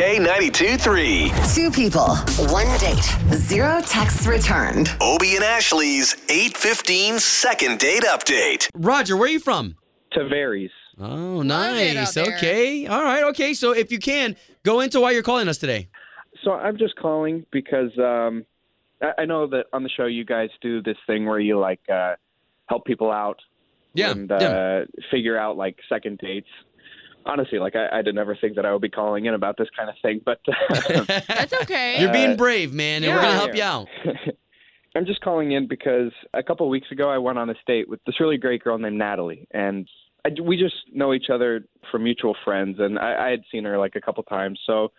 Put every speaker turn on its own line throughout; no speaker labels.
K92 3.
Two people, one date, zero texts returned.
Obie and Ashley's 815 second date update.
Roger, where are you from?
Tavares.
Oh,
it out
nice.
there.
Okay. All right. Okay. So if you can, go into why you're calling us today.
So I'm just calling because um, I, I know that on the show you guys do this thing where you like uh, help people out
Yeah.
and uh,
yeah.
figure out like second dates. Honestly, like I, I did never think that I would be calling in about this kind of thing, but
That's okay.
You're being brave, man, and we're going to
yeah.
help you out.
I'm just calling in because a couple of weeks ago I went on a date with this really great girl named Natalie, and I, we just know each other from mutual friends, and I, I had seen her like a couple times. So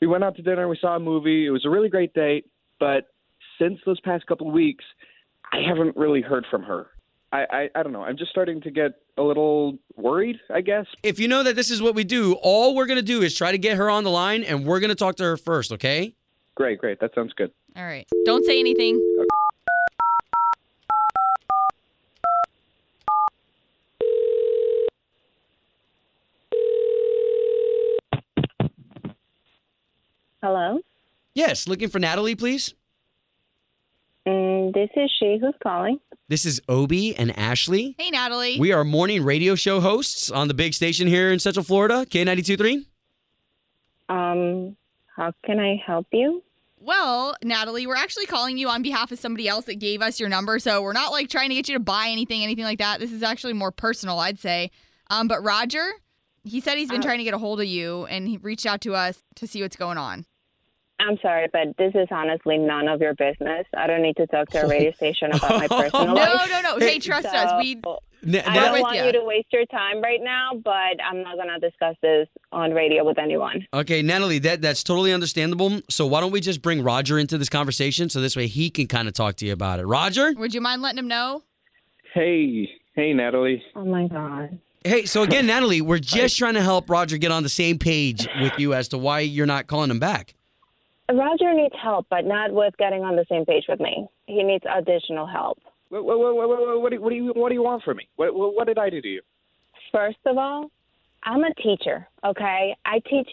we went out to dinner, we saw a movie. It was a really great date, but since those past couple of weeks, I haven't really heard from her. I, I, I don't know. I'm just starting to get a little worried, I guess.
If you know that this is what we do, all we're going to do is try to get her on the line, and we're going to talk to her first, okay?
Great, great. That sounds good.
All right. Don't say anything.
Hello,
Yes. Looking for Natalie, please.
and Mm, this is she who's calling.
This is Obi and Ashley.
Hey, Natalie.
We are morning radio show hosts on the big station here in Central Florida, K92.3.
Um, how can I help you?
well, Natalie, we're actually calling you on behalf of somebody else that gave us your number. So we're not like trying to get you to buy anything, anything like that. This is actually more personal, I'd say. Um, but Roger, he said he's been
Uh,
trying to get a hold of you and he reached out to us to see what's going on.
I'm sorry, but this is honestly none of your business. I don't need to talk to a radio station about my personal
No,
life.
no, no. Hey, trust
So,
us. We
Na-
I
Nat-
don't
with
want
ya.
you to waste your time right now, but I'm not gonna discuss this on radio with anyone.
Okay, Natalie, that, that's totally understandable. So why don't we just bring Roger into this conversation so this way he can kind of talk to you about it. Roger?
would you mind letting him know?
Hey, hey, Natalie.
Oh my god.
Hey, so again, Natalie, we're just trying to help Roger get on the same page with you as to why you're not calling him back.
Roger needs help, but not with getting on the same page with me. He needs additional help.
What, what, what, what, what, what, do, you- what do you what do you want from me? What, what, what did I do to you?
First of all, I'm a teacher, okay? I teach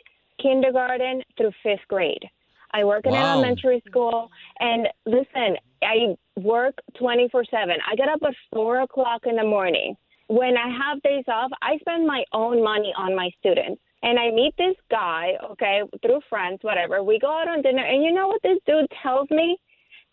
kindergarten through fifth grade. I work in
Wow.
elementary school, and listen, I work 24 7. I get up at 4 o'clock in the morning. When I have days off, I spend my own money on my students. And I meet this guy, okay, through friends, whatever. We go out on dinner, and you know what this dude tells me?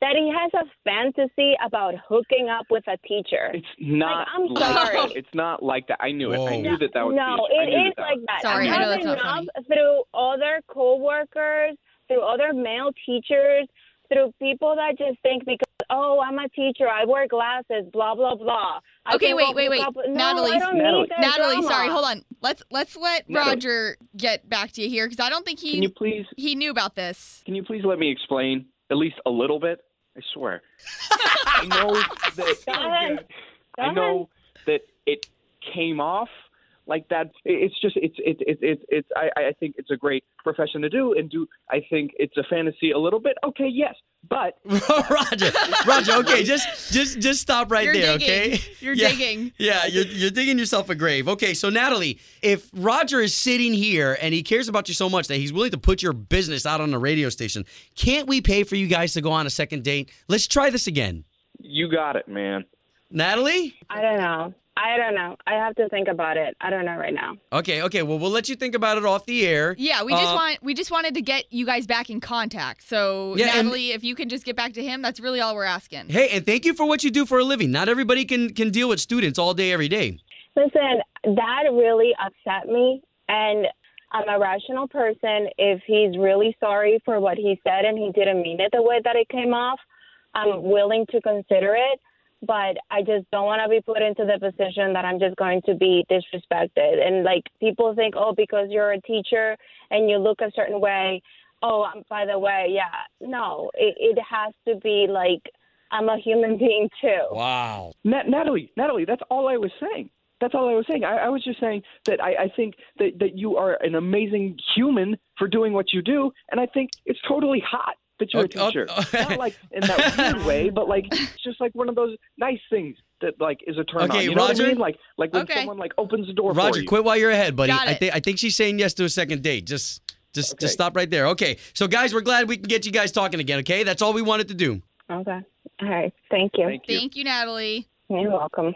That he has a fantasy about hooking up with a teacher.
It's not.
I'm
like that.
sorry.
It's not like that. I knew it. I
Whoa.
knew that that was.
no,
I
it
knew
is
that that
like
was-
that.
Sorry,
I'm
I know that's not
having
funny.
knobs through other coworkers, through other male teachers, through people that just think because oh, I'm a teacher, I wear glasses, blah blah blah. I
Okay,
can
wait,
go
wait,
hook
wait.
up with- No,
Natalie,
I don't need
Natalie.
that
Natalie,
drama.
sorry, hold on. Let's let's let
Natalie.
Roger get back to you here because I don't think he
Can you please?
he knew about this.
Can you please let me explain at least a little bit? I swear. I know that.
Go ahead. Go
I know that it came off like that. It- It's just it's it it it it's I I think it's a great profession to do and do. I think it's a fantasy a little bit. Okay, yes, but
Roger, Roger, okay, just just just stop right
You're
there,
digging.
okay?
You're
Yeah.
digging.
Yeah, you're, you're digging yourself a grave. Okay, so Natalie, if Roger is sitting here and he cares about you so much that he's willing to put your business out on the radio station, can't we pay for you guys to go on a second date? Let's try this again.
you got it, man.
Natalie?
I don't know. I don't know. I have to think about it. I don't know right now.
Okay, okay, well, we'll let you think about it off the air.
Yeah, we just
Uh,
want we just wanted to get you guys back in contact. So
Yeah, and-
Natalie, if you can just get back to him, that's really all we're asking.
Hey, and thank you for what you do for a living. Not everybody can can deal with students all day every day.
Listen, that really upset me. And I'm a rational person. If he's really sorry for what he said and he didn't mean it the way that it came off, I'm willing to consider it. but I just don't want to be put into the position that I'm just going to be disrespected. And like people think, oh, because you're a teacher and you look a certain way, oh, um, by the way, yeah. No, it, it has to be like I'm a human being too.
Wow.
Nat- Natalie, Natalie, that's all I was saying. That's all I was saying. I, I was just saying that I, I think that, that you are an amazing human for doing what you do, and I think it's totally hot that you're
Okay,
a
oh,
teacher.
oh.
Not like in that weird way, but like it's just like one of those nice things that like is a turn
Okay,
on. You know what
Roger?
I mean? Like like when
Okay.
someone like opens the door for
Roger,
you.
quit while you're ahead, buddy.
Got
I
it.
think I think she's saying yes to a second date. Just just
Okay.
just stop right there. Okay. So guys, we're glad we can get you guys talking again, okay? That's all we wanted to do.
Okay. All right. Thank you.
Thank you.
Thank you, Natalie.
You're welcome.